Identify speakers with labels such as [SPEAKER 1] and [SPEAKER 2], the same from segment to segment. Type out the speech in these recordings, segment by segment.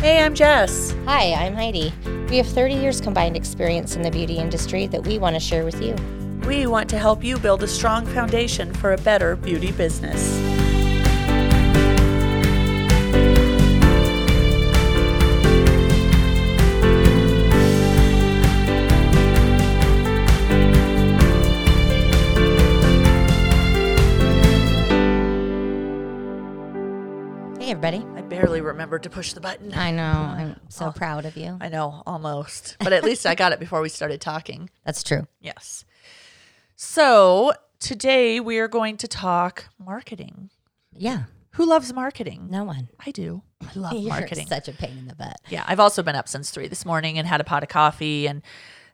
[SPEAKER 1] I'm Jess.
[SPEAKER 2] Hi, I'm Heidi. We have 30 years combined experience in the beauty industry that we want to share with you.
[SPEAKER 1] We want to help you build a strong foundation for a better beauty business.
[SPEAKER 2] Hey, everybody.
[SPEAKER 1] I barely remembered to push the button.
[SPEAKER 2] I know. I'm so proud of you.
[SPEAKER 1] Oh. I know, almost. But at least I got it before we started talking.
[SPEAKER 2] That's true.
[SPEAKER 1] Yes. So today we are going to talk marketing.
[SPEAKER 2] Yeah.
[SPEAKER 1] Who loves marketing?
[SPEAKER 2] No one.
[SPEAKER 1] I do. I love
[SPEAKER 2] You're
[SPEAKER 1] Oh, marketing.
[SPEAKER 2] such a pain in the butt.
[SPEAKER 1] Yeah, I've also been up since three this morning and had a pot of coffee and,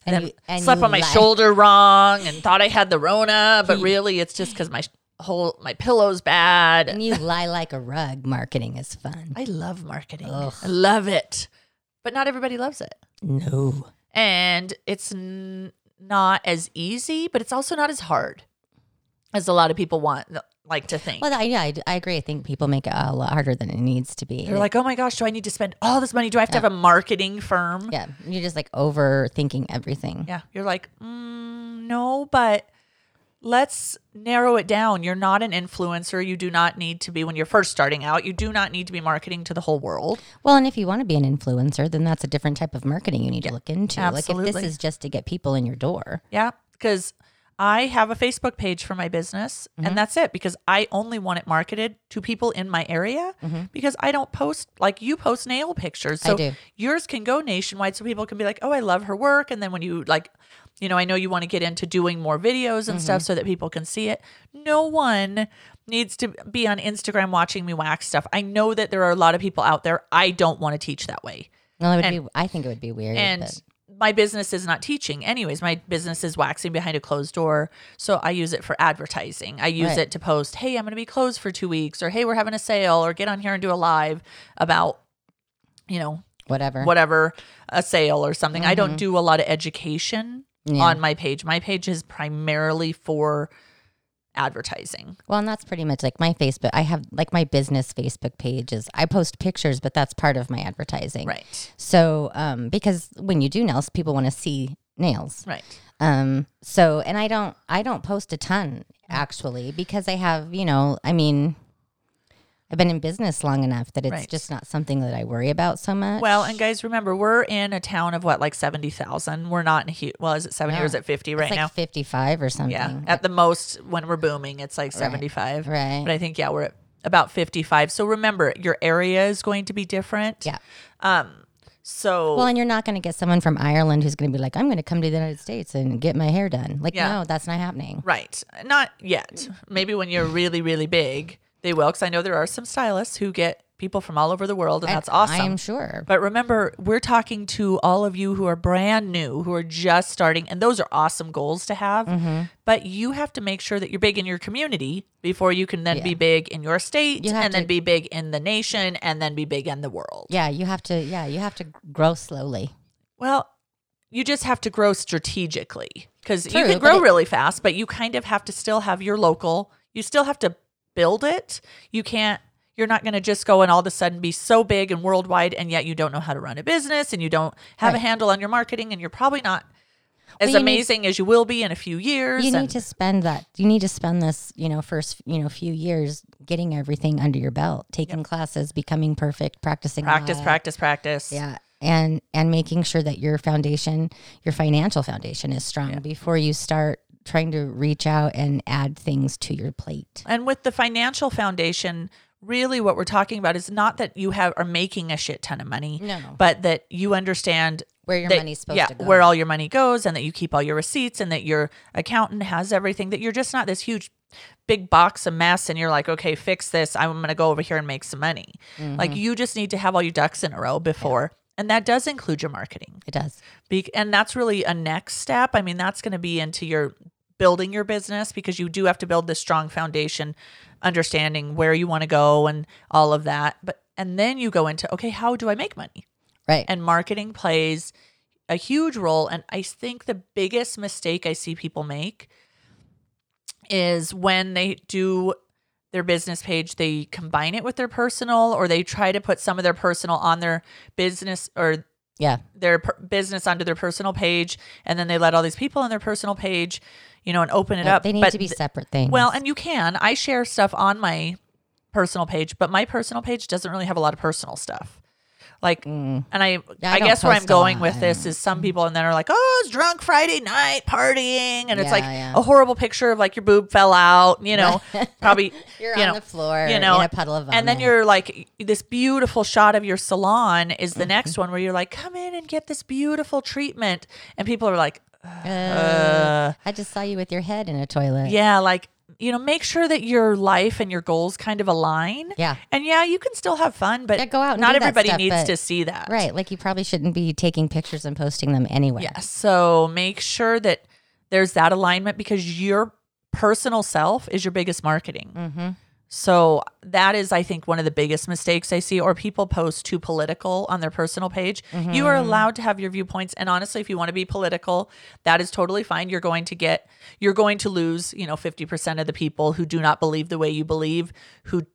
[SPEAKER 2] And
[SPEAKER 1] then
[SPEAKER 2] you- and
[SPEAKER 1] slept
[SPEAKER 2] you
[SPEAKER 1] on my
[SPEAKER 2] lie.
[SPEAKER 1] shoulder wrong and thought I had the Rona, but really it's just because my sh- whole my pillow's bad.
[SPEAKER 2] And you lie like a rug. Marketing is fun.
[SPEAKER 1] I love marketing.
[SPEAKER 2] Ugh.
[SPEAKER 1] I love it, but not everybody loves it,
[SPEAKER 2] No.
[SPEAKER 1] and it's n- not as easy, but it's also not as hard as a lot of people want like to think.
[SPEAKER 2] Well, I, yeah, I, I agree. I think people make it a lot harder than it needs to be.
[SPEAKER 1] They're like, oh my gosh, do I need to spend all this money? Do I have to have a marketing firm?
[SPEAKER 2] yeah, you're just like overthinking everything.
[SPEAKER 1] Yeah. You're like, mm, no, but let's narrow it down. You're not an influencer. You do not need to be, when you're first starting out, you do not need to be marketing to the whole world.
[SPEAKER 2] Well, and if you want to be an influencer, then that's a different type of marketing you need to look into. Like if
[SPEAKER 1] absolutely.
[SPEAKER 2] this is just to get people in your door.
[SPEAKER 1] Yeah. Because I have a Facebook page for my business
[SPEAKER 2] Mm-hmm.
[SPEAKER 1] and that's it because I only want it marketed to people in my area because I don't post like you post nail pictures.
[SPEAKER 2] Mm-hmm. I
[SPEAKER 1] So
[SPEAKER 2] do.
[SPEAKER 1] yours can go nationwide so people can be like, oh, I love her work. And then when you like, you know, I know you want to get into doing more videos and
[SPEAKER 2] Mm-hmm.
[SPEAKER 1] stuff so that people can see it. No one needs to be on Instagram watching me wax stuff. I know that there are a lot of people out there. I don't want to teach that way
[SPEAKER 2] Well, it would be. I think it would be weird.
[SPEAKER 1] and
[SPEAKER 2] but-
[SPEAKER 1] my business is not teaching anyways my business is waxing behind a closed door so i use it for advertising i use
[SPEAKER 2] Right.
[SPEAKER 1] it to post hey i'm going to be closed for two weeks or hey we're having a sale or get on here and do a live about you know
[SPEAKER 2] whatever.
[SPEAKER 1] whatever a sale or something i don't do a lot of education
[SPEAKER 2] Mm-hmm. Yeah.
[SPEAKER 1] on my page my page is primarily for advertising
[SPEAKER 2] Well, and that's pretty much like my Facebook. I have like my business Facebook page is I post pictures, but that's part of my advertising.
[SPEAKER 1] right
[SPEAKER 2] So, um, because when you do nails, people want to see nails.
[SPEAKER 1] right
[SPEAKER 2] Um, so, and I don't, I don't post a ton actually because I have, you know, I mean, I've been in business long enough that it's
[SPEAKER 1] Right.
[SPEAKER 2] just not something that I worry about so much.
[SPEAKER 1] Well, and guys, remember we're in a town of what, like seventy thousand. We're not in a huge. Well, is it seventy or is
[SPEAKER 2] No.
[SPEAKER 1] it fifty
[SPEAKER 2] it's
[SPEAKER 1] right
[SPEAKER 2] like
[SPEAKER 1] now?
[SPEAKER 2] 55 or something.
[SPEAKER 1] Yeah, at the most when we're booming, it's like seventy five.
[SPEAKER 2] Mm-hmm. right.
[SPEAKER 1] But I think yeah, we're at about fifty five. So remember, your area is going to be different. Um,
[SPEAKER 2] yeah.
[SPEAKER 1] So
[SPEAKER 2] Well, and you're not going to get someone from Ireland who's going to be like, I'm going to come to the United States and get my hair done. Like,
[SPEAKER 1] Yeah.
[SPEAKER 2] no, that's not happening.
[SPEAKER 1] right, not yet. Maybe when you're really really big, they will. Because I know there are some stylists who get people from all over the world, and that's awesome.
[SPEAKER 2] I am sure.
[SPEAKER 1] But remember, we're talking to all of you who are brand new, who are just starting, and those are awesome goals to have.
[SPEAKER 2] Mm-hmm.
[SPEAKER 1] But you have to make sure that you're big in your community before you can then be big in your state
[SPEAKER 2] You have
[SPEAKER 1] and then
[SPEAKER 2] to-
[SPEAKER 1] be big in the nation and then be big in the world.
[SPEAKER 2] Yeah, you have to. Yeah, you have to grow slowly.
[SPEAKER 1] Well, you just have to grow strategically because you
[SPEAKER 2] True,
[SPEAKER 1] can
[SPEAKER 2] but
[SPEAKER 1] grow
[SPEAKER 2] it-
[SPEAKER 1] really fast, but you kind of have to still have your local. You still have to build it. You can't. You're not going to just go and all of a sudden be so big and worldwide, and yet you don't know how to run a business and you don't have a
[SPEAKER 2] Right.
[SPEAKER 1] handle on your marketing, and you're probably not as
[SPEAKER 2] you need-
[SPEAKER 1] amazing as you will be in a few years.
[SPEAKER 2] You
[SPEAKER 1] and
[SPEAKER 2] need to spend that. You need to spend this. You know, first you know few years getting everything under your belt, taking classes, becoming perfect, practicing, a
[SPEAKER 1] practice,
[SPEAKER 2] lot.
[SPEAKER 1] practice, practice.
[SPEAKER 2] Yeah, and and making sure that your foundation, your financial foundation, is strong before you start trying to reach out and add things to your plate.
[SPEAKER 1] And with the financial foundation, really what we're talking about is not that you have are making a shit ton of money,
[SPEAKER 2] No.
[SPEAKER 1] but that you understand
[SPEAKER 2] Where your
[SPEAKER 1] that-
[SPEAKER 2] money's supposed
[SPEAKER 1] yeah,
[SPEAKER 2] to go.
[SPEAKER 1] where all your money goes and that you keep all your receipts and that your accountant has everything that you're just not this huge big box of mess and you're like okay fix this i'm going to go over here and make some money
[SPEAKER 2] Mm-hmm.
[SPEAKER 1] like you just need to have all your ducks in a row before and that does include your marketing
[SPEAKER 2] It does.
[SPEAKER 1] Be- and that's really a next step. I mean, that's going to be into your building your business because you do have to build this strong foundation, understanding where you want to go and all of that. But and then you go into okay, how do I make money?
[SPEAKER 2] Right.
[SPEAKER 1] And marketing plays a huge role. And I think the biggest mistake I see people make is when they do their business page, they combine it with their personal, or they try to put some of their personal on their business or
[SPEAKER 2] Yeah.
[SPEAKER 1] their per- business onto their personal page, and then they let all these people on their personal page, you know, and open it
[SPEAKER 2] But
[SPEAKER 1] up.
[SPEAKER 2] they need
[SPEAKER 1] But
[SPEAKER 2] to be
[SPEAKER 1] th-
[SPEAKER 2] separate things.
[SPEAKER 1] well, and you can. I share stuff on my personal page, but my personal page doesn't really have a lot of personal stuff. Like, and I,
[SPEAKER 2] Mm. Yeah, I
[SPEAKER 1] I,
[SPEAKER 2] don't
[SPEAKER 1] guess where I'm
[SPEAKER 2] post a
[SPEAKER 1] going
[SPEAKER 2] lot,
[SPEAKER 1] with
[SPEAKER 2] I
[SPEAKER 1] this is some people and then are like, oh, it's drunk Friday night partying, and it's
[SPEAKER 2] Yeah,
[SPEAKER 1] like
[SPEAKER 2] yeah.
[SPEAKER 1] a horrible picture of like your boob fell out, you know, probably
[SPEAKER 2] you're
[SPEAKER 1] you
[SPEAKER 2] on
[SPEAKER 1] know,
[SPEAKER 2] the floor,
[SPEAKER 1] you know,
[SPEAKER 2] in a puddle of vomit.
[SPEAKER 1] and then you're like, this beautiful shot of your salon is
[SPEAKER 2] Mm-hmm.
[SPEAKER 1] the next one where you're like, come in and get this beautiful treatment, and people are like,
[SPEAKER 2] Uh, I just saw you with your head in a toilet.
[SPEAKER 1] yeah, like you know, make sure that your life and your goals kind of align.
[SPEAKER 2] Yeah.
[SPEAKER 1] And yeah, you can still have fun, but
[SPEAKER 2] Yeah, go out and
[SPEAKER 1] not
[SPEAKER 2] do that
[SPEAKER 1] everybody
[SPEAKER 2] stuff,
[SPEAKER 1] needs
[SPEAKER 2] but-
[SPEAKER 1] to see that.
[SPEAKER 2] Right. Like you probably shouldn't be taking pictures and posting them anywhere.
[SPEAKER 1] Yeah. So make sure that there's that alignment because your personal self is your biggest marketing.
[SPEAKER 2] Mm-hmm,
[SPEAKER 1] So that is, I think, one of the biggest mistakes I see, or people post too political on their personal page. You are allowed to have your viewpoints. And honestly, if you want to be political, that is totally fine. You're going to get, you're going to lose, you know, 50% of the people who do not believe the way you believe, who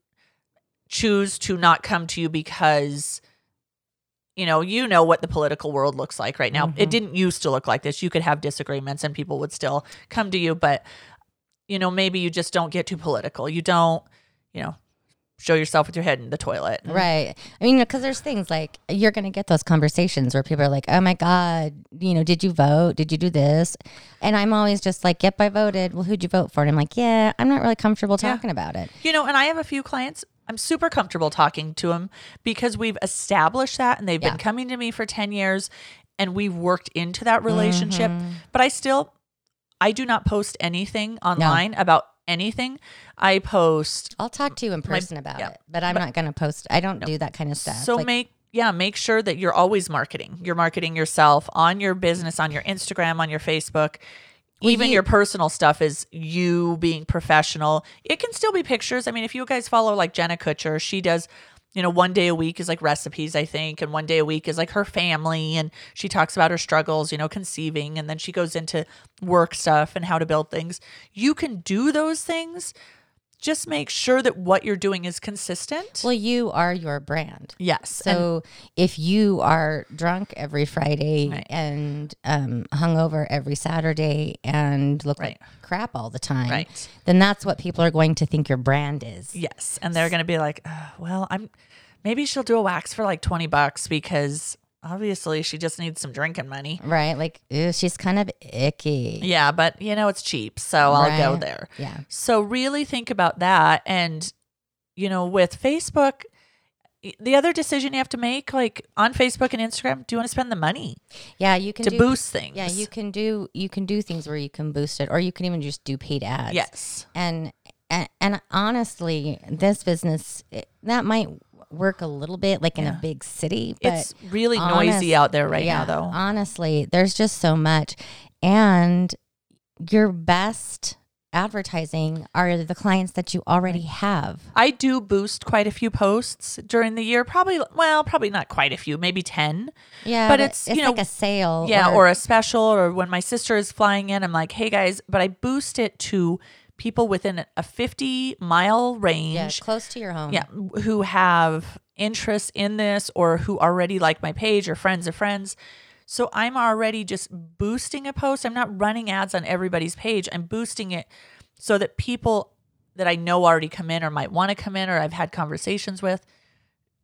[SPEAKER 1] choose to not come to you because you know you know what the political world looks like right now it didn't used to look like this you could have disagreements and people would still come to you but you know maybe you just don't get too political you don't you know show yourself with your head in the toilet
[SPEAKER 2] Right. I mean, because there's things like you're going to get those conversations where people are like, oh my God, you know, did you vote? Did you do this? And I'm always just like, yep, I voted. Well, who'd you vote for? And I'm like, yeah, I'm not really comfortable talking about it.
[SPEAKER 1] You know, and I have a few clients. I'm super comfortable talking to them because we've established that and they've
[SPEAKER 2] Yeah.
[SPEAKER 1] been coming to me for 10 years and we've worked into that relationship. But I still I do not post anything online about anything. I post
[SPEAKER 2] I'll talk to you in person about
[SPEAKER 1] yeah.
[SPEAKER 2] it, but I'm not going to post. I don't do that kind of stuff.
[SPEAKER 1] so
[SPEAKER 2] like,
[SPEAKER 1] make yeah, make sure that you're always marketing. You're marketing yourself on your business, on your Instagram, on your Facebook. Even
[SPEAKER 2] you-
[SPEAKER 1] your personal stuff is you being professional. It can still be pictures. I mean, if you guys follow like Jenna Kutcher, she does, you know, one day a week is like recipes, I think, and one day a week is like her family and she talks about her struggles, you know, conceiving and then she goes into work stuff and how to build things. You can do those things. Just make sure that what you're doing is consistent.
[SPEAKER 2] well, you are your brand.
[SPEAKER 1] yes. and-
[SPEAKER 2] So if you are drunk every Friday and um, hungover every Saturday and look
[SPEAKER 1] Right.
[SPEAKER 2] like crap all the time,
[SPEAKER 1] Right.
[SPEAKER 2] then that's what people are going to think your brand is.
[SPEAKER 1] Yes, and they're going to be like, "Ugh, "Well, I'm maybe she'll do a wax for like 20 bucks because obviously she just needs some drinking money."
[SPEAKER 2] Right? Like, ew, she's kind of icky.
[SPEAKER 1] Yeah, but you know it's cheap, so I'll
[SPEAKER 2] Right.
[SPEAKER 1] go there.
[SPEAKER 2] Yeah.
[SPEAKER 1] So really think about that and you know, with Facebook y- the other decision you have to make like on Facebook and Instagram, do you want to spend the money
[SPEAKER 2] Yeah. You can
[SPEAKER 1] to
[SPEAKER 2] do,
[SPEAKER 1] boost things?
[SPEAKER 2] Yeah. You can do, you can do things where you can boost it or you can even just do paid ads.
[SPEAKER 1] Yes.
[SPEAKER 2] and and, and honestly, this business it, that might work a little bit like in a big city, but
[SPEAKER 1] It's really
[SPEAKER 2] honest-
[SPEAKER 1] noisy out there right
[SPEAKER 2] yeah,
[SPEAKER 1] now though.
[SPEAKER 2] Honestly, there's just so much, and your best advertising are the clients that you already have.
[SPEAKER 1] I do boost quite a few posts during the year. Probably well, probably not quite a few, maybe 10.
[SPEAKER 2] Yeah,
[SPEAKER 1] But it's, you know,
[SPEAKER 2] like a sale.
[SPEAKER 1] Yeah, or, a special, or when my sister is flying in, I'm like, hey guys, but I boost it to people within a 50 mile range.
[SPEAKER 2] yeah, close to your home.
[SPEAKER 1] yeah, who have interest in this or who already like my page or friends of friends. So I'm already just boosting a post. I'm not running ads on everybody's page. I'm boosting it so that people that I know already come in or might want to come in or I've had conversations with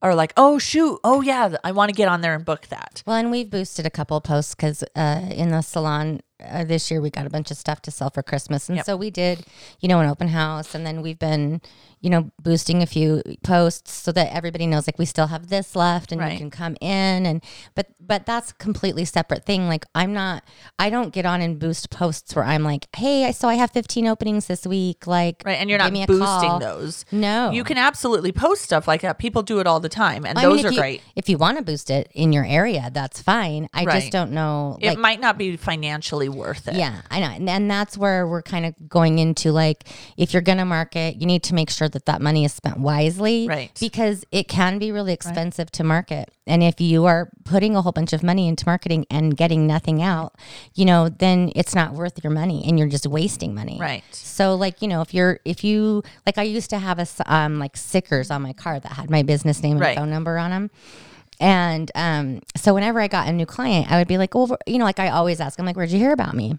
[SPEAKER 1] are like, oh, shoot. Oh, yeah, I want to get on there and book that.
[SPEAKER 2] Well, and we've boosted a couple posts because uh, in the salon uh, this year we got a bunch of stuff to sell for Christmas, and so we did, you know, an open house, and then we've been, you know, boosting a few posts so that everybody knows like we still have this left, and you
[SPEAKER 1] Right.
[SPEAKER 2] can come in, and but but that's a completely separate thing. Like I'm not, I don't get on and boost posts where I'm like, hey, I so I have 15 openings this week, like
[SPEAKER 1] Right. And you're
[SPEAKER 2] give
[SPEAKER 1] not
[SPEAKER 2] me a
[SPEAKER 1] boosting
[SPEAKER 2] call.
[SPEAKER 1] those.
[SPEAKER 2] No,
[SPEAKER 1] You can absolutely post stuff like that. People do it all the time, and
[SPEAKER 2] I mean,
[SPEAKER 1] those
[SPEAKER 2] if
[SPEAKER 1] are
[SPEAKER 2] you-
[SPEAKER 1] great.
[SPEAKER 2] If you want to boost it in your area, that's fine. I just
[SPEAKER 1] Right.
[SPEAKER 2] don't know.
[SPEAKER 1] it might not be financially worth it.
[SPEAKER 2] Yeah, I know. And, and that's where we're kind of going into like, if you're going to market, you need to make sure that that money is spent wisely.
[SPEAKER 1] Right.
[SPEAKER 2] Because it can be really expensive to market. And if you are putting a whole bunch of money into marketing and getting nothing out, you know, then it's not worth your money and you're just wasting money.
[SPEAKER 1] Right.
[SPEAKER 2] So, like, you know, if you're, if you, like, I used to have a, s- um, like, stickers on my car that had my business name and
[SPEAKER 1] Right.
[SPEAKER 2] phone number on them. And um, so whenever I got a new client, I would be like, well, you know, like I always ask, I'm like, where'd you hear about me?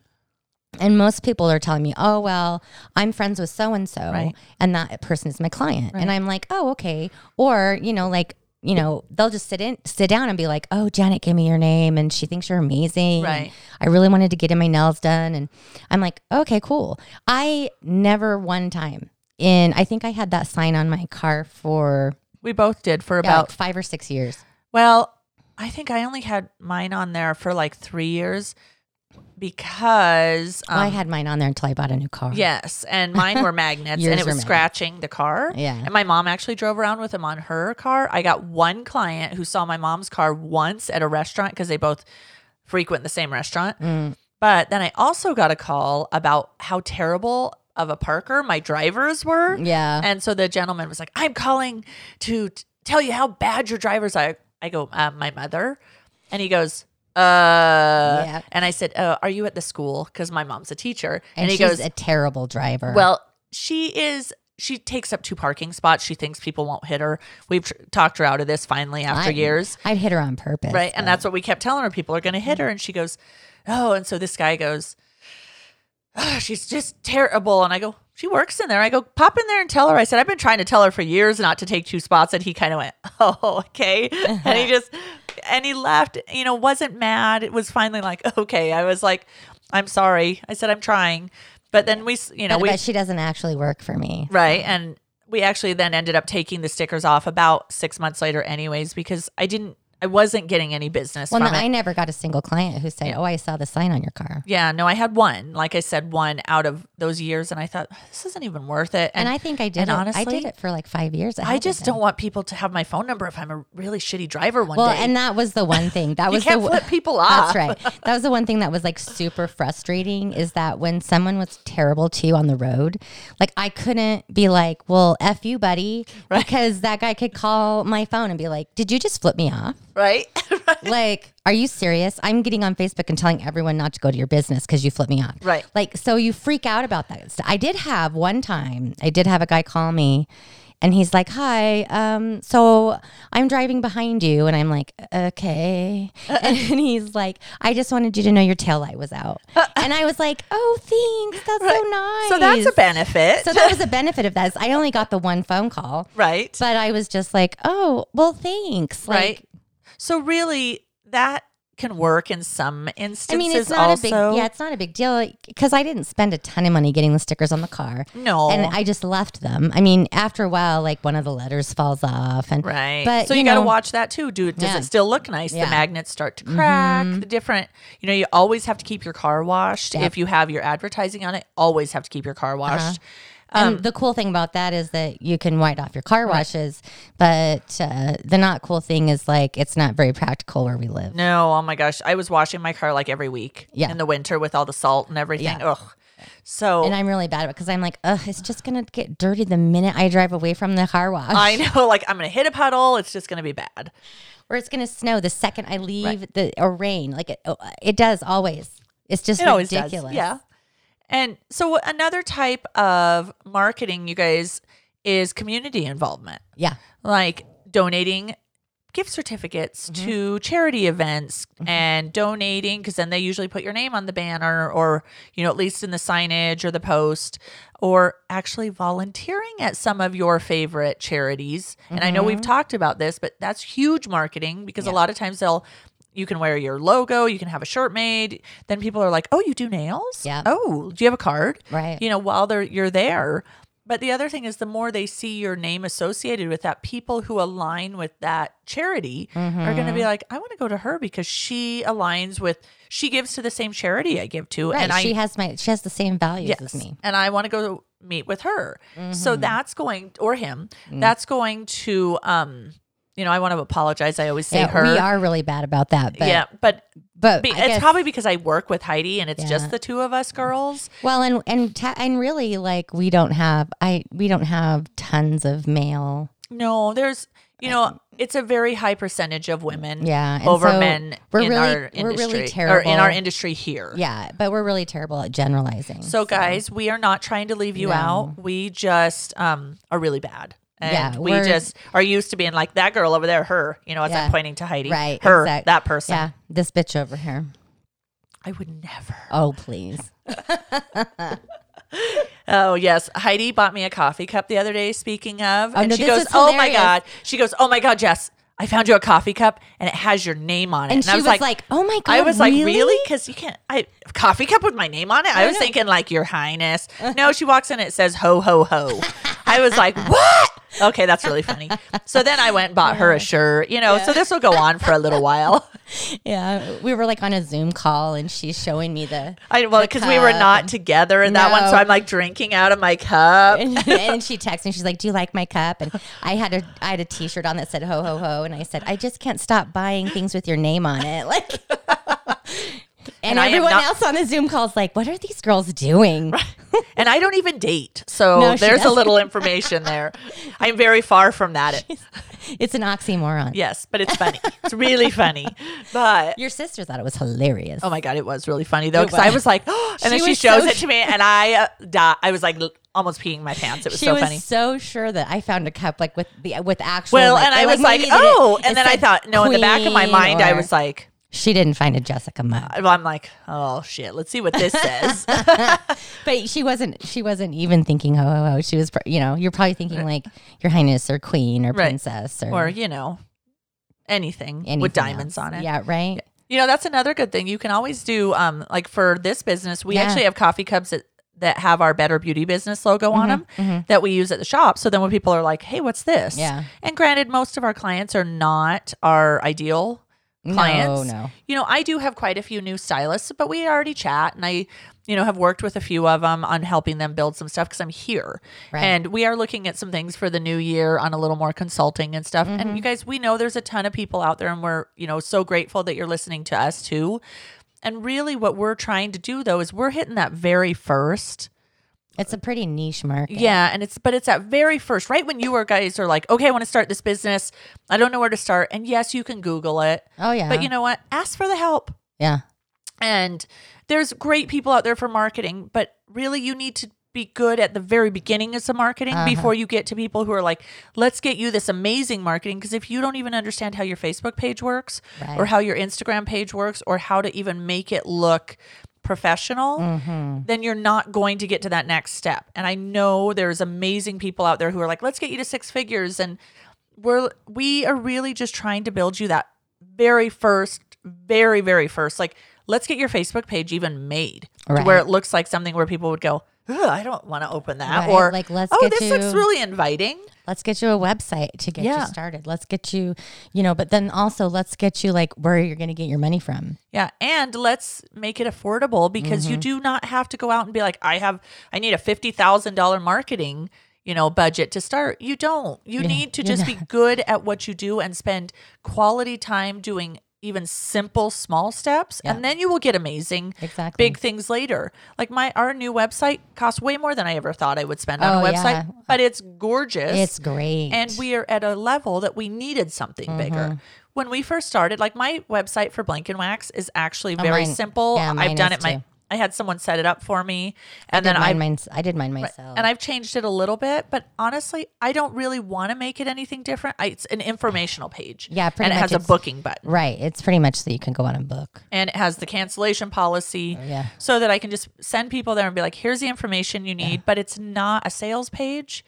[SPEAKER 2] And most people are telling me, oh, well, I'm friends with so and so,
[SPEAKER 1] Right.
[SPEAKER 2] and that person is my client. And I'm like, oh, okay. Or, you know, like, you know, they'll just sit in, sit down, and be like, "Oh, Janet, give me your name," and she thinks you're amazing.
[SPEAKER 1] Right.
[SPEAKER 2] I really wanted to get in my nails done, and I'm like, "Okay, cool." I never one time in. I think I had that sign on my car for
[SPEAKER 1] We both did for
[SPEAKER 2] yeah, like
[SPEAKER 1] about
[SPEAKER 2] five or six years.
[SPEAKER 1] Well, I think I only had mine on there for like three years because
[SPEAKER 2] Well, I
[SPEAKER 1] um,
[SPEAKER 2] had mine on there until I bought a new car.
[SPEAKER 1] yes, and mine were magnets,
[SPEAKER 2] Yours
[SPEAKER 1] and it
[SPEAKER 2] were
[SPEAKER 1] was
[SPEAKER 2] magnets.
[SPEAKER 1] scratching the car.
[SPEAKER 2] Yeah.
[SPEAKER 1] and my mom actually drove around with them on her car. I got one client who saw my mom's car once at a restaurant because they both frequent the same restaurant.
[SPEAKER 2] Mm.
[SPEAKER 1] But then I also got a call about how terrible of a parker my drivers were.
[SPEAKER 2] Yeah.
[SPEAKER 1] And so the gentleman was like, I'm calling to t- tell you how bad your drivers are. I go, uh, my mother. And he goes, uh,
[SPEAKER 2] Yeah.
[SPEAKER 1] and I said, uh, are you at the school? Because my mom's a teacher. And,
[SPEAKER 2] And,
[SPEAKER 1] he
[SPEAKER 2] she's
[SPEAKER 1] goes,
[SPEAKER 2] a terrible driver.
[SPEAKER 1] well, she is, she takes up two parking spots. She thinks people won't hit her. We've tr- talked her out of this finally after
[SPEAKER 2] I-
[SPEAKER 1] years.
[SPEAKER 2] I'd hit her on purpose.
[SPEAKER 1] Right. And that's what we kept telling her. People are going to hit her. And she goes, Oh. And so this guy goes, "Ah, She's just terrible. And I go, She works in there. I go, Pop in there and tell her. I said, I've been trying to tell her for years not to take two spots. And he kind of went, Oh, okay. and he just, and he left, you know, wasn't mad. It was finally like, Okay. I was like, I'm sorry. I said, I'm trying. But then we, s- you know,
[SPEAKER 2] but,
[SPEAKER 1] we,
[SPEAKER 2] but she doesn't actually work for me.
[SPEAKER 1] Right. And we actually then ended up taking the stickers off about six months later, anyways, because I didn't, I wasn't getting any business
[SPEAKER 2] Well, no,
[SPEAKER 1] from it.
[SPEAKER 2] I never got a single client who said, "Oh, I saw the sign on your car."
[SPEAKER 1] yeah. No, I had one, like I said, one out of those years. And I thought, this isn't even worth it.
[SPEAKER 2] And, I think I did.
[SPEAKER 1] and
[SPEAKER 2] it. I
[SPEAKER 1] honestly,
[SPEAKER 2] did it for like five years.
[SPEAKER 1] I
[SPEAKER 2] had
[SPEAKER 1] just
[SPEAKER 2] it.
[SPEAKER 1] don't want people to have my phone number if I'm a really shitty driver one
[SPEAKER 2] Well,
[SPEAKER 1] day.
[SPEAKER 2] and that was the one thing that
[SPEAKER 1] you
[SPEAKER 2] was
[SPEAKER 1] can't
[SPEAKER 2] the
[SPEAKER 1] flip people off.
[SPEAKER 2] That's right. That was the one thing that was like super frustrating is that when someone was terrible to you on the road, like I couldn't be like, "Well, f you, buddy," because that guy could call my phone and be like, "Did you just flip me off?"
[SPEAKER 1] Right. Right?
[SPEAKER 2] like, are you serious? I'm getting on Facebook and telling everyone not to go to your business because you flip me off.
[SPEAKER 1] Right.
[SPEAKER 2] Like, so you freak out about that. So I did have one time, I did have a guy call me and he's like, Hi, um, so I'm driving behind you. And I'm like, Okay.
[SPEAKER 1] Uh-uh.
[SPEAKER 2] And he's like, I just wanted you to know your taillight was out. and I was like, Oh, thanks. That's so
[SPEAKER 1] Uh-uh. So
[SPEAKER 2] nice.
[SPEAKER 1] that's a benefit.
[SPEAKER 2] So that was a benefit of that. is I only got the one phone call.
[SPEAKER 1] right.
[SPEAKER 2] But I was just like, oh, well, thanks. Like,
[SPEAKER 1] right. So really, that can work in some instances.
[SPEAKER 2] I mean, it's not
[SPEAKER 1] also.
[SPEAKER 2] a big yeah, it's not a big deal because I didn't spend a ton of money getting the stickers on the car,
[SPEAKER 1] No.
[SPEAKER 2] and I just left them. I mean, after a while, like one of the letters falls off, and
[SPEAKER 1] Right.
[SPEAKER 2] But
[SPEAKER 1] so you,
[SPEAKER 2] you
[SPEAKER 1] got to
[SPEAKER 2] know-
[SPEAKER 1] watch that too. Do does
[SPEAKER 2] Yeah.
[SPEAKER 1] it still look nice?
[SPEAKER 2] Yeah. Mm-hmm.
[SPEAKER 1] The magnets start to crack. The different, you know, you always have to keep your car washed. If you have your advertising on it, always have to keep your car
[SPEAKER 2] Uh-huh.
[SPEAKER 1] washed. um,
[SPEAKER 2] and um, the cool thing about that is that you can white off your car washes, but uh, the not cool thing is like it's not very practical where we live.
[SPEAKER 1] No, oh my gosh, I was washing my car like every week
[SPEAKER 2] Yeah.
[SPEAKER 1] in the winter with all the salt and everything.
[SPEAKER 2] Yeah.
[SPEAKER 1] Ugh. So
[SPEAKER 2] And I'm really bad at it because I'm like, ugh, it's just gonna get dirty the minute I drive away from the car wash,
[SPEAKER 1] I know, like I'm gonna hit a puddle. It's just gonna be bad.
[SPEAKER 2] or it's gonna snow the second I leave the or rain. Like it, oh, it does always. It's just
[SPEAKER 1] It always
[SPEAKER 2] ridiculous.
[SPEAKER 1] does. Yeah. And so another type of marketing, you guys, is community involvement.
[SPEAKER 2] Yeah.
[SPEAKER 1] like donating gift certificates to charity events and donating because then they usually put your name on the banner or you know at least in the signage or the post or actually volunteering at some of your favorite charities and i know we've talked about this but that's huge marketing because a lot of times they'll you can wear your logo you can have a shirt made then people are like oh you do nails
[SPEAKER 2] Yeah.
[SPEAKER 1] oh do you have a card
[SPEAKER 2] Right.
[SPEAKER 1] you know while they're you're there but the other thing is the more they see your name associated with that people who align with that charity are going to
[SPEAKER 2] Mm-hmm.
[SPEAKER 1] be like i want to go to her because she aligns with she gives to the same charity i give to
[SPEAKER 2] Right.
[SPEAKER 1] and
[SPEAKER 2] she
[SPEAKER 1] i
[SPEAKER 2] has my she has the same values as me. Mm-hmm.
[SPEAKER 1] and i want to go meet with her so that's going or him
[SPEAKER 2] Mm.
[SPEAKER 1] that's going to um you know i want to apologize i always say
[SPEAKER 2] Yeah,
[SPEAKER 1] her
[SPEAKER 2] we are really bad about that. But
[SPEAKER 1] yeah but
[SPEAKER 2] But
[SPEAKER 1] Be-
[SPEAKER 2] I
[SPEAKER 1] it's
[SPEAKER 2] guess-
[SPEAKER 1] probably because I work with Heidi and it's
[SPEAKER 2] Yeah.
[SPEAKER 1] just the two of us girls.
[SPEAKER 2] well, and and ta- and really, like we don't have I we don't have tons of male.
[SPEAKER 1] No, there's you know, it's a very high percentage of women
[SPEAKER 2] Yeah, and
[SPEAKER 1] over
[SPEAKER 2] so
[SPEAKER 1] men
[SPEAKER 2] we're
[SPEAKER 1] in
[SPEAKER 2] really-
[SPEAKER 1] our
[SPEAKER 2] we're
[SPEAKER 1] industry
[SPEAKER 2] really
[SPEAKER 1] or in our
[SPEAKER 2] terrible.
[SPEAKER 1] industry here.
[SPEAKER 2] Yeah, but we're really terrible at generalizing.
[SPEAKER 1] So, guys, we are not trying to leave you out. We just um are really bad. And
[SPEAKER 2] Yeah,
[SPEAKER 1] we
[SPEAKER 2] we're-
[SPEAKER 1] just are used to being like that girl over there, her, you know, as
[SPEAKER 2] Yeah.
[SPEAKER 1] I'm pointing to Heidi.
[SPEAKER 2] right,
[SPEAKER 1] Her,
[SPEAKER 2] exact-
[SPEAKER 1] that person.
[SPEAKER 2] Yeah, this bitch over here.
[SPEAKER 1] I would never.
[SPEAKER 2] Oh please.
[SPEAKER 1] Oh yes, Heidi bought me a coffee cup the other day. Speaking of,
[SPEAKER 2] Oh,
[SPEAKER 1] and
[SPEAKER 2] no,
[SPEAKER 1] she
[SPEAKER 2] this
[SPEAKER 1] goes,
[SPEAKER 2] is
[SPEAKER 1] "Oh my
[SPEAKER 2] hilarious.
[SPEAKER 1] god!" She goes, "Oh my god, Jess, I found you a coffee cup, and it has your name on it."
[SPEAKER 2] And, she
[SPEAKER 1] I
[SPEAKER 2] was, like, "Oh my god!"
[SPEAKER 1] I was
[SPEAKER 2] really?
[SPEAKER 1] like, really? Because you can't. I coffee cup with my name on it. I, was
[SPEAKER 2] know. Uh-huh.
[SPEAKER 1] thinking like Your Highness. no, she walks in. It says ho ho ho. I was like, what? Okay, that's really funny. So then I went and bought her a shirt. You know, so this will go on for a little while.
[SPEAKER 2] Yeah, we were like on a Zoom call, and she's showing me the
[SPEAKER 1] I well because we were
[SPEAKER 2] cup.
[SPEAKER 1] not together in that one, so
[SPEAKER 2] No.
[SPEAKER 1] I'm like drinking out of my cup.
[SPEAKER 2] and, and she texts me. She's like, "Do you like my cup?" And I had a I had a T shirt on that said "Ho ho ho," and I said, "I just can't stop buying things with your name on it." Like, and,
[SPEAKER 1] And I am
[SPEAKER 2] everyone
[SPEAKER 1] not-
[SPEAKER 2] else on the Zoom call is like, "What are these girls doing?"
[SPEAKER 1] And I don't even date, so
[SPEAKER 2] No, she
[SPEAKER 1] there's a
[SPEAKER 2] doesn't.
[SPEAKER 1] little information there. I'm very far from that.
[SPEAKER 2] It's an oxymoron.
[SPEAKER 1] yes, but it's funny. It's really funny. But
[SPEAKER 2] Your sister thought it was hilarious.
[SPEAKER 1] Oh my god, it was really funny though
[SPEAKER 2] It
[SPEAKER 1] because I
[SPEAKER 2] was.
[SPEAKER 1] was like, oh, and
[SPEAKER 2] She
[SPEAKER 1] then she
[SPEAKER 2] was
[SPEAKER 1] shows
[SPEAKER 2] so
[SPEAKER 1] it to me, and I uh, die. I was like l- almost peeing my pants. It was
[SPEAKER 2] she
[SPEAKER 1] so
[SPEAKER 2] was
[SPEAKER 1] funny.
[SPEAKER 2] so sure that I found a cup like with the with actual.
[SPEAKER 1] Well, and I
[SPEAKER 2] it
[SPEAKER 1] was like,
[SPEAKER 2] maybe that it-
[SPEAKER 1] oh,
[SPEAKER 2] it
[SPEAKER 1] and then I
[SPEAKER 2] said
[SPEAKER 1] thought, no, in the back of my
[SPEAKER 2] queen
[SPEAKER 1] mind, I
[SPEAKER 2] or-
[SPEAKER 1] was like,
[SPEAKER 2] she didn't find a Jessica mug,
[SPEAKER 1] well, I'm like, oh shit, let's see what this says.
[SPEAKER 2] but she wasn't. She wasn't even thinking ho ho ho. She was, pr- you know, you're probably thinking like Your Highness or Queen or
[SPEAKER 1] Right.
[SPEAKER 2] Princess or,
[SPEAKER 1] or you know, anything,
[SPEAKER 2] anything
[SPEAKER 1] with diamonds
[SPEAKER 2] else.
[SPEAKER 1] on it.
[SPEAKER 2] Yeah, right.
[SPEAKER 1] You know, that's another good thing. You can always do um like for this business, we
[SPEAKER 2] Yeah.
[SPEAKER 1] actually have coffee cups that that have our Better Beauty Business logo
[SPEAKER 2] Mm-hmm,
[SPEAKER 1] on them that we use at the shop. So then when people are like, "Hey, what's this?"
[SPEAKER 2] Yeah.
[SPEAKER 1] And granted, most of our clients are not our ideal clients.
[SPEAKER 2] No, no.
[SPEAKER 1] You know, I do have quite a few new stylists, but we already chat and I, you know, have worked with a few of them on helping them build some stuff because I'm here.
[SPEAKER 2] Right.
[SPEAKER 1] And we are looking at some things for the new year on a little more consulting and stuff. And
[SPEAKER 2] Mm-hmm.
[SPEAKER 1] you guys, we know there's a ton of people out there and we're, you know, so grateful that you're listening to us too. And really what we're trying to do though is we're hitting that very first.
[SPEAKER 2] It's a pretty niche market.
[SPEAKER 1] Yeah, and it's but it's that very first, right when you are guys are like, okay, I want to start this business. I don't know where to start. And yes, you can Google it,
[SPEAKER 2] Oh yeah.
[SPEAKER 1] but you know what? Ask for the help.
[SPEAKER 2] yeah.
[SPEAKER 1] And there's great people out there for marketing, but really you need to be good at the very beginning as a marketing before you get to people who are like, let's get you this amazing marketing. Because if you don't even understand how your Facebook page works
[SPEAKER 2] Right.
[SPEAKER 1] or how your Instagram page works or how to even make it look professional,
[SPEAKER 2] Mm.
[SPEAKER 1] then you're not going to get to that next step. And I know there's amazing people out there who are like, let's get you to six figures. And we're we are really just trying to build you that very first, very, very first. Like, let's get your Facebook page even made to
[SPEAKER 2] Right.
[SPEAKER 1] where it looks like something where people would go, Ugh, I don't want to open that.
[SPEAKER 2] Right,
[SPEAKER 1] Or
[SPEAKER 2] like, let's
[SPEAKER 1] oh,
[SPEAKER 2] get
[SPEAKER 1] this looks
[SPEAKER 2] you-
[SPEAKER 1] really inviting.
[SPEAKER 2] Let's get you a website to get
[SPEAKER 1] Yeah.
[SPEAKER 2] you started. Let's get you, you know, but then also let's get you like where you're going to get your money from.
[SPEAKER 1] Yeah, and let's make it affordable because
[SPEAKER 2] Mm-hmm.
[SPEAKER 1] you do not have to go out and be like, I have, I need a fifty thousand dollar marketing, you know, budget to start. You don't. You need to just be good at what you do and spend quality time doing even simple small steps, and then you will get amazing,
[SPEAKER 2] Exactly.
[SPEAKER 1] big things later. Like my our new website costs way more than I ever thought I would spend on a
[SPEAKER 2] Oh,
[SPEAKER 1] website,
[SPEAKER 2] yeah.
[SPEAKER 1] but it's gorgeous.
[SPEAKER 2] It's great.
[SPEAKER 1] And we are at a level that we needed something
[SPEAKER 2] Mm-hmm.
[SPEAKER 1] bigger. When we first started, like my website for Blank and Wax is actually very
[SPEAKER 2] Oh, mine-
[SPEAKER 1] simple.
[SPEAKER 2] yeah,
[SPEAKER 1] I've
[SPEAKER 2] mine
[SPEAKER 1] done
[SPEAKER 2] is
[SPEAKER 1] it my
[SPEAKER 2] too.
[SPEAKER 1] I had someone set it up for me and
[SPEAKER 2] did
[SPEAKER 1] then I
[SPEAKER 2] mine, mines- I did mine myself.
[SPEAKER 1] and I've changed it a little bit, but honestly, I don't really want to make it anything different. I, it's an informational page.
[SPEAKER 2] Yeah, pretty
[SPEAKER 1] And it has
[SPEAKER 2] much
[SPEAKER 1] a
[SPEAKER 2] it's-
[SPEAKER 1] booking button
[SPEAKER 2] right. It's pretty much so you can go on a book.
[SPEAKER 1] and it has the cancellation policy
[SPEAKER 2] Oh, yeah.
[SPEAKER 1] so that I can just send people there and be like, here's the information you need, but it's not a sales page.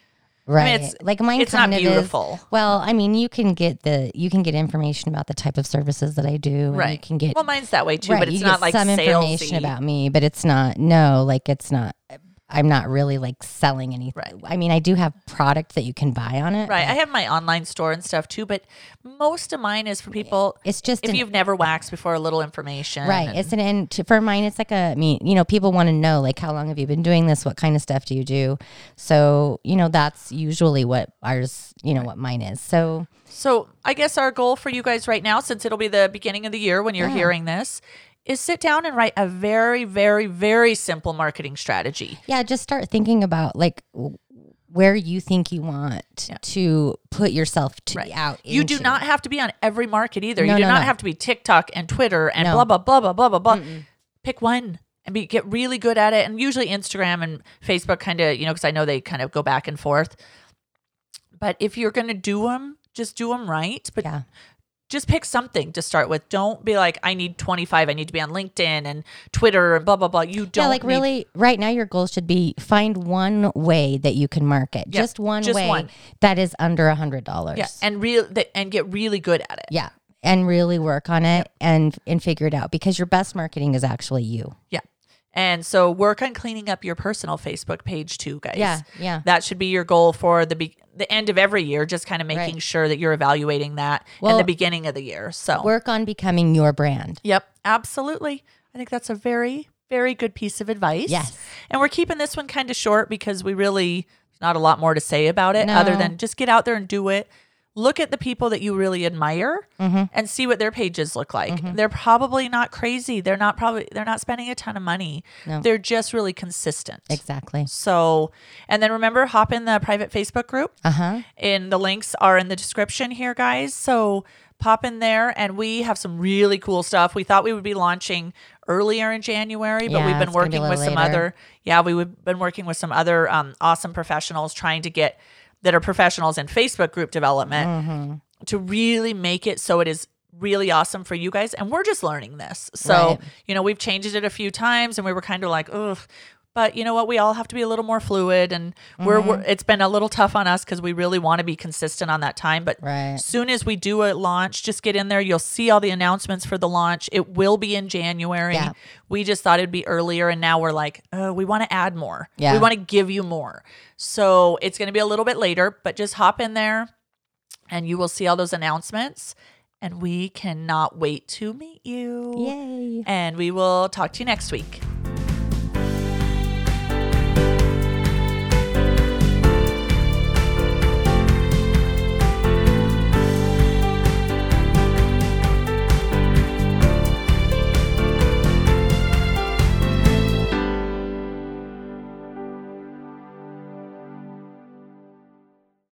[SPEAKER 2] Right.
[SPEAKER 1] it's-
[SPEAKER 2] like mine
[SPEAKER 1] it's not
[SPEAKER 2] kind of
[SPEAKER 1] beautiful.
[SPEAKER 2] Is, well, I mean, you can get the you can get information about the type of services that I do. And you
[SPEAKER 1] Right.
[SPEAKER 2] can get
[SPEAKER 1] Well, mine's that way too,
[SPEAKER 2] right,
[SPEAKER 1] but
[SPEAKER 2] you
[SPEAKER 1] it's
[SPEAKER 2] get
[SPEAKER 1] not like
[SPEAKER 2] some
[SPEAKER 1] salesy.
[SPEAKER 2] information about me, but it's not no, like it's not I'm not really like selling anything.
[SPEAKER 1] Right.
[SPEAKER 2] I mean, I do have product that you can buy on it.
[SPEAKER 1] Right. I have my online store and stuff too, but most of mine is for people.
[SPEAKER 2] It's just
[SPEAKER 1] if
[SPEAKER 2] an-
[SPEAKER 1] you've never waxed before, a little information.
[SPEAKER 2] Right. It's an end to, for mine. It's like a, I mean, you know, people want to know like how long have you been doing this? What kind of stuff do you do? So, you know, that's usually what ours, you know, what mine is. So
[SPEAKER 1] So I guess our goal for you guys right now, since it'll be the beginning of the year when you're hearing this, is sit down and write a very, very, very simple marketing strategy.
[SPEAKER 2] Yeah, just start thinking about like w- where you think you want
[SPEAKER 1] Yeah.
[SPEAKER 2] to put yourself to be out.
[SPEAKER 1] You do
[SPEAKER 2] into.
[SPEAKER 1] not have to be on every market either.
[SPEAKER 2] No,
[SPEAKER 1] you do
[SPEAKER 2] no,
[SPEAKER 1] not
[SPEAKER 2] no.
[SPEAKER 1] have to be TikTok and Twitter and
[SPEAKER 2] No.
[SPEAKER 1] blah blah blah blah blah blah blah. Pick one and be get really good at it. And usually Instagram and Facebook kind of you know because I know they kind of go back and forth. But if you're gonna do them, just do them right. But
[SPEAKER 2] Yeah.
[SPEAKER 1] just pick something to start with. Don't be like I need 25. I need to be on LinkedIn and Twitter and blah blah blah. You don't
[SPEAKER 2] yeah, like
[SPEAKER 1] need-
[SPEAKER 2] really, right now your goal should be find one way that you can market,
[SPEAKER 1] Yeah,
[SPEAKER 2] just one
[SPEAKER 1] just
[SPEAKER 2] way
[SPEAKER 1] one.
[SPEAKER 2] that is under a hundred dollars.
[SPEAKER 1] Yeah, and real that and get really good at it.
[SPEAKER 2] yeah, and really work on it and and figure it out because your best marketing is actually you.
[SPEAKER 1] Yeah. And so work on cleaning up your personal Facebook page too, guys.
[SPEAKER 2] Yeah, yeah.
[SPEAKER 1] That should be your goal for the be- the end of every year, just kind of making
[SPEAKER 2] Right.
[SPEAKER 1] sure that you're evaluating that in
[SPEAKER 2] Well,
[SPEAKER 1] the beginning of the year. So,
[SPEAKER 2] Work on becoming your brand.
[SPEAKER 1] yep, absolutely. I think that's a very very good piece of advice.
[SPEAKER 2] Yes.
[SPEAKER 1] And we're keeping this one kind of short because we really there's not a lot more to say about it other
[SPEAKER 2] No.
[SPEAKER 1] than just get out there and do it. Look at the people that you really admire
[SPEAKER 2] Mm-hmm.
[SPEAKER 1] and see what their pages look like. They're probably not crazy. They're not probably they're not spending a ton of money. They're just really consistent.
[SPEAKER 2] Exactly.
[SPEAKER 1] So, and then remember, hop in the private Facebook group.
[SPEAKER 2] Uh huh.
[SPEAKER 1] And the links are in the description here, guys. So pop in there, and we have some really cool stuff. We thought we would be launching earlier in January, but
[SPEAKER 2] Yeah,
[SPEAKER 1] we've been
[SPEAKER 2] it's gonna be a
[SPEAKER 1] working with
[SPEAKER 2] little
[SPEAKER 1] some
[SPEAKER 2] later.
[SPEAKER 1] other, yeah, we've been working with some other um, awesome professionals trying to get that are professionals in Facebook group development
[SPEAKER 2] Mm-hmm.
[SPEAKER 1] to really make it so it is really awesome for you guys and we're just learning this so
[SPEAKER 2] Right.
[SPEAKER 1] you know we've changed it a few times and we were kind of like ugh but you know what we all have to be a little more fluid and we're,
[SPEAKER 2] Mm-hmm.
[SPEAKER 1] we're it's been a little tough on us because we really want to be consistent on that time but
[SPEAKER 2] Right.
[SPEAKER 1] soon as we do a launch just get in there you'll see all the announcements for the launch it will be in january
[SPEAKER 2] Yeah.
[SPEAKER 1] we just thought it'd be earlier and now we're like oh, we want to add more
[SPEAKER 2] Yeah.
[SPEAKER 1] we want to give you more so it's going to be a little bit later but just hop in there and you will see all those announcements and we cannot wait to meet you
[SPEAKER 2] Yay.
[SPEAKER 1] and we will talk to you next week